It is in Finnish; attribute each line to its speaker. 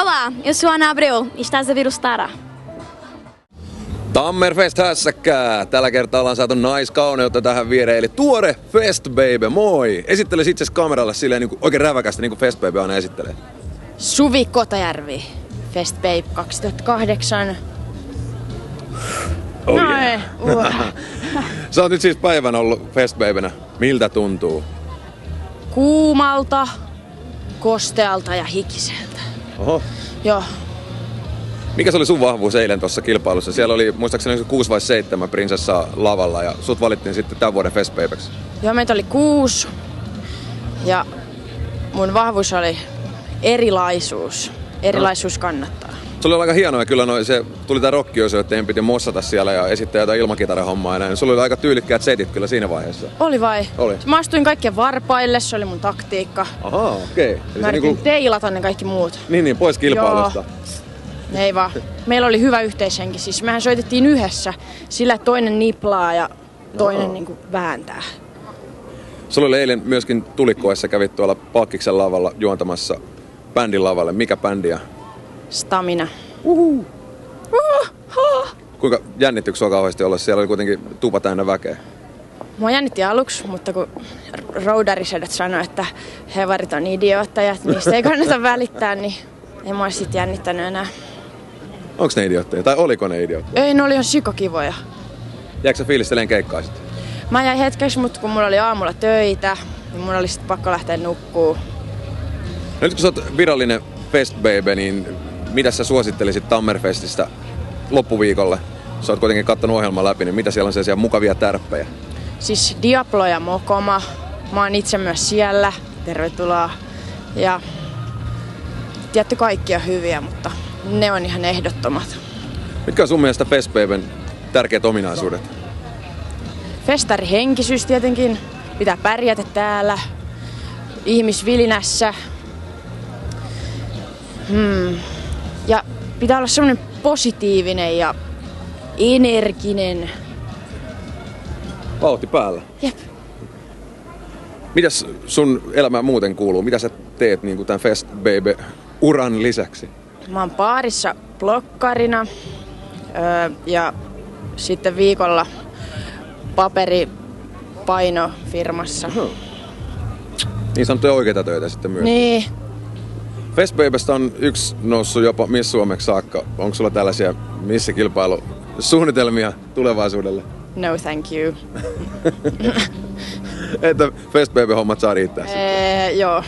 Speaker 1: Olá, eu sou a Ana Abreu e estás a ver o Stara.
Speaker 2: Tammerfest hässäkkää! Tällä kertaa ollaan saatu naiskauneutta tähän viereen, eli tuore Fest Baby, moi! Esittele itse kameralle silleen niin kuin, oikein räväkästi, niin kuin Fest Baby aina esittelee.
Speaker 3: Suvi Kotajärvi, Fest Babe 2008.
Speaker 2: Oh
Speaker 3: Noin,
Speaker 2: yeah.
Speaker 3: uah.
Speaker 2: Sä oot nyt siis päivän ollut Fest Babynä. Miltä tuntuu?
Speaker 3: Kuumalta, kostealta ja hikiseltä.
Speaker 2: Oho.
Speaker 3: Joo,
Speaker 2: Mikä se oli sun vahvuus eilen tuossa kilpailussa? Siellä oli muistaakseni 6 vai 7 prinsessaa lavalla ja sut valittiin sitten tämän vuoden Fest Babyksi.
Speaker 3: joo meitä oli kuusi. Ja mun vahvuus oli erilaisuus.
Speaker 2: No.
Speaker 3: Erilaisuus kannattaa.
Speaker 2: Se oli aika hienoa kyllä, noin, se tuli tää rockiosio, että en piti mossata siellä ja esittää jotain ilmakitarahommaa ja näin. Sulla oli aika tyylikkäät setit kyllä siinä vaiheessa.
Speaker 3: Oli vai?
Speaker 2: Oli.
Speaker 3: Mä astuin kaikkien varpaille, se oli mun taktiikka.
Speaker 2: Ahaa, okei. Eli
Speaker 3: Mä
Speaker 2: sä
Speaker 3: yritin
Speaker 2: niinku,
Speaker 3: teilata ne kaikki muut.
Speaker 2: niin, niin, pois kilpailusta.
Speaker 3: Ei vaan. Meillä oli hyvä yhteishenki. Siis mehän soitettiin yhdessä sillä, että toinen niplaa ja toinen niinku vääntää.
Speaker 2: Sulla oli eilen myöskin tulikoessa kävit tuolla Palkkiksen lavalla juontamassa bändin lavalle. Mikä bändiä?
Speaker 3: Stamina.
Speaker 2: Kuinka jännittikö sua kauheasti olla? Siellä oli kuitenkin tupa täynnä väkeä.
Speaker 3: Mua jännitti aluksi, mutta kun r- roudarisedät sanoi, että hevarit on idiootteja, että niistä ei kannata välittää, niin ei mua sit jännittänyt enää.
Speaker 2: Onko ne idiootteja? Tai oliko ne idiootteja?
Speaker 3: Ei, ne oli ihan sikokivoja.
Speaker 2: Jääkö sä fiilisteleen keikkaa sitten?
Speaker 3: Mä jäin hetkeksi, mutta kun mulla oli aamulla töitä, niin mun oli sit pakko lähteä nukkuu.
Speaker 2: No nyt kun sä oot virallinen Fest Baby, niin mitä sä suosittelisit Tammerfestistä loppuviikolle? Sä oot kuitenkin kattonut ohjelman läpi, niin mitä siellä on sellaisia mukavia tärppejä?
Speaker 3: Siis Diablo ja Mokoma. Mä oon itse myös siellä. Tervetuloa. Ja tietty kaikki on hyviä, mutta ne on ihan ehdottomat.
Speaker 2: Mitkä on sun mielestä Fest Babyn tärkeät ominaisuudet?
Speaker 3: Festarihenkisyys tietenkin. Pitää pärjätä täällä. Ihmisvilinässä. Hmm. Ja pitää olla semmoinen positiivinen ja energinen.
Speaker 2: Vauhti päällä.
Speaker 3: Jep.
Speaker 2: Mitäs sun elämään muuten kuuluu? Mitä sä teet niin kuin tämän Fest Baby uran lisäksi?
Speaker 3: Mä oon baarissa blokkarina öö, ja sitten viikolla paperipainofirmassa.
Speaker 2: Niin sanottuja oikeita töitä sitten myös.
Speaker 3: Niin,
Speaker 2: Fest Babystä on yksi noussut jopa Miss Suomeksi saakka. Onko sulla tällaisia missikilpailusuunnitelmia tulevaisuudelle?
Speaker 3: no thank you.
Speaker 2: Että Fest Baby-hommat saa riittää.
Speaker 3: Ee, joo.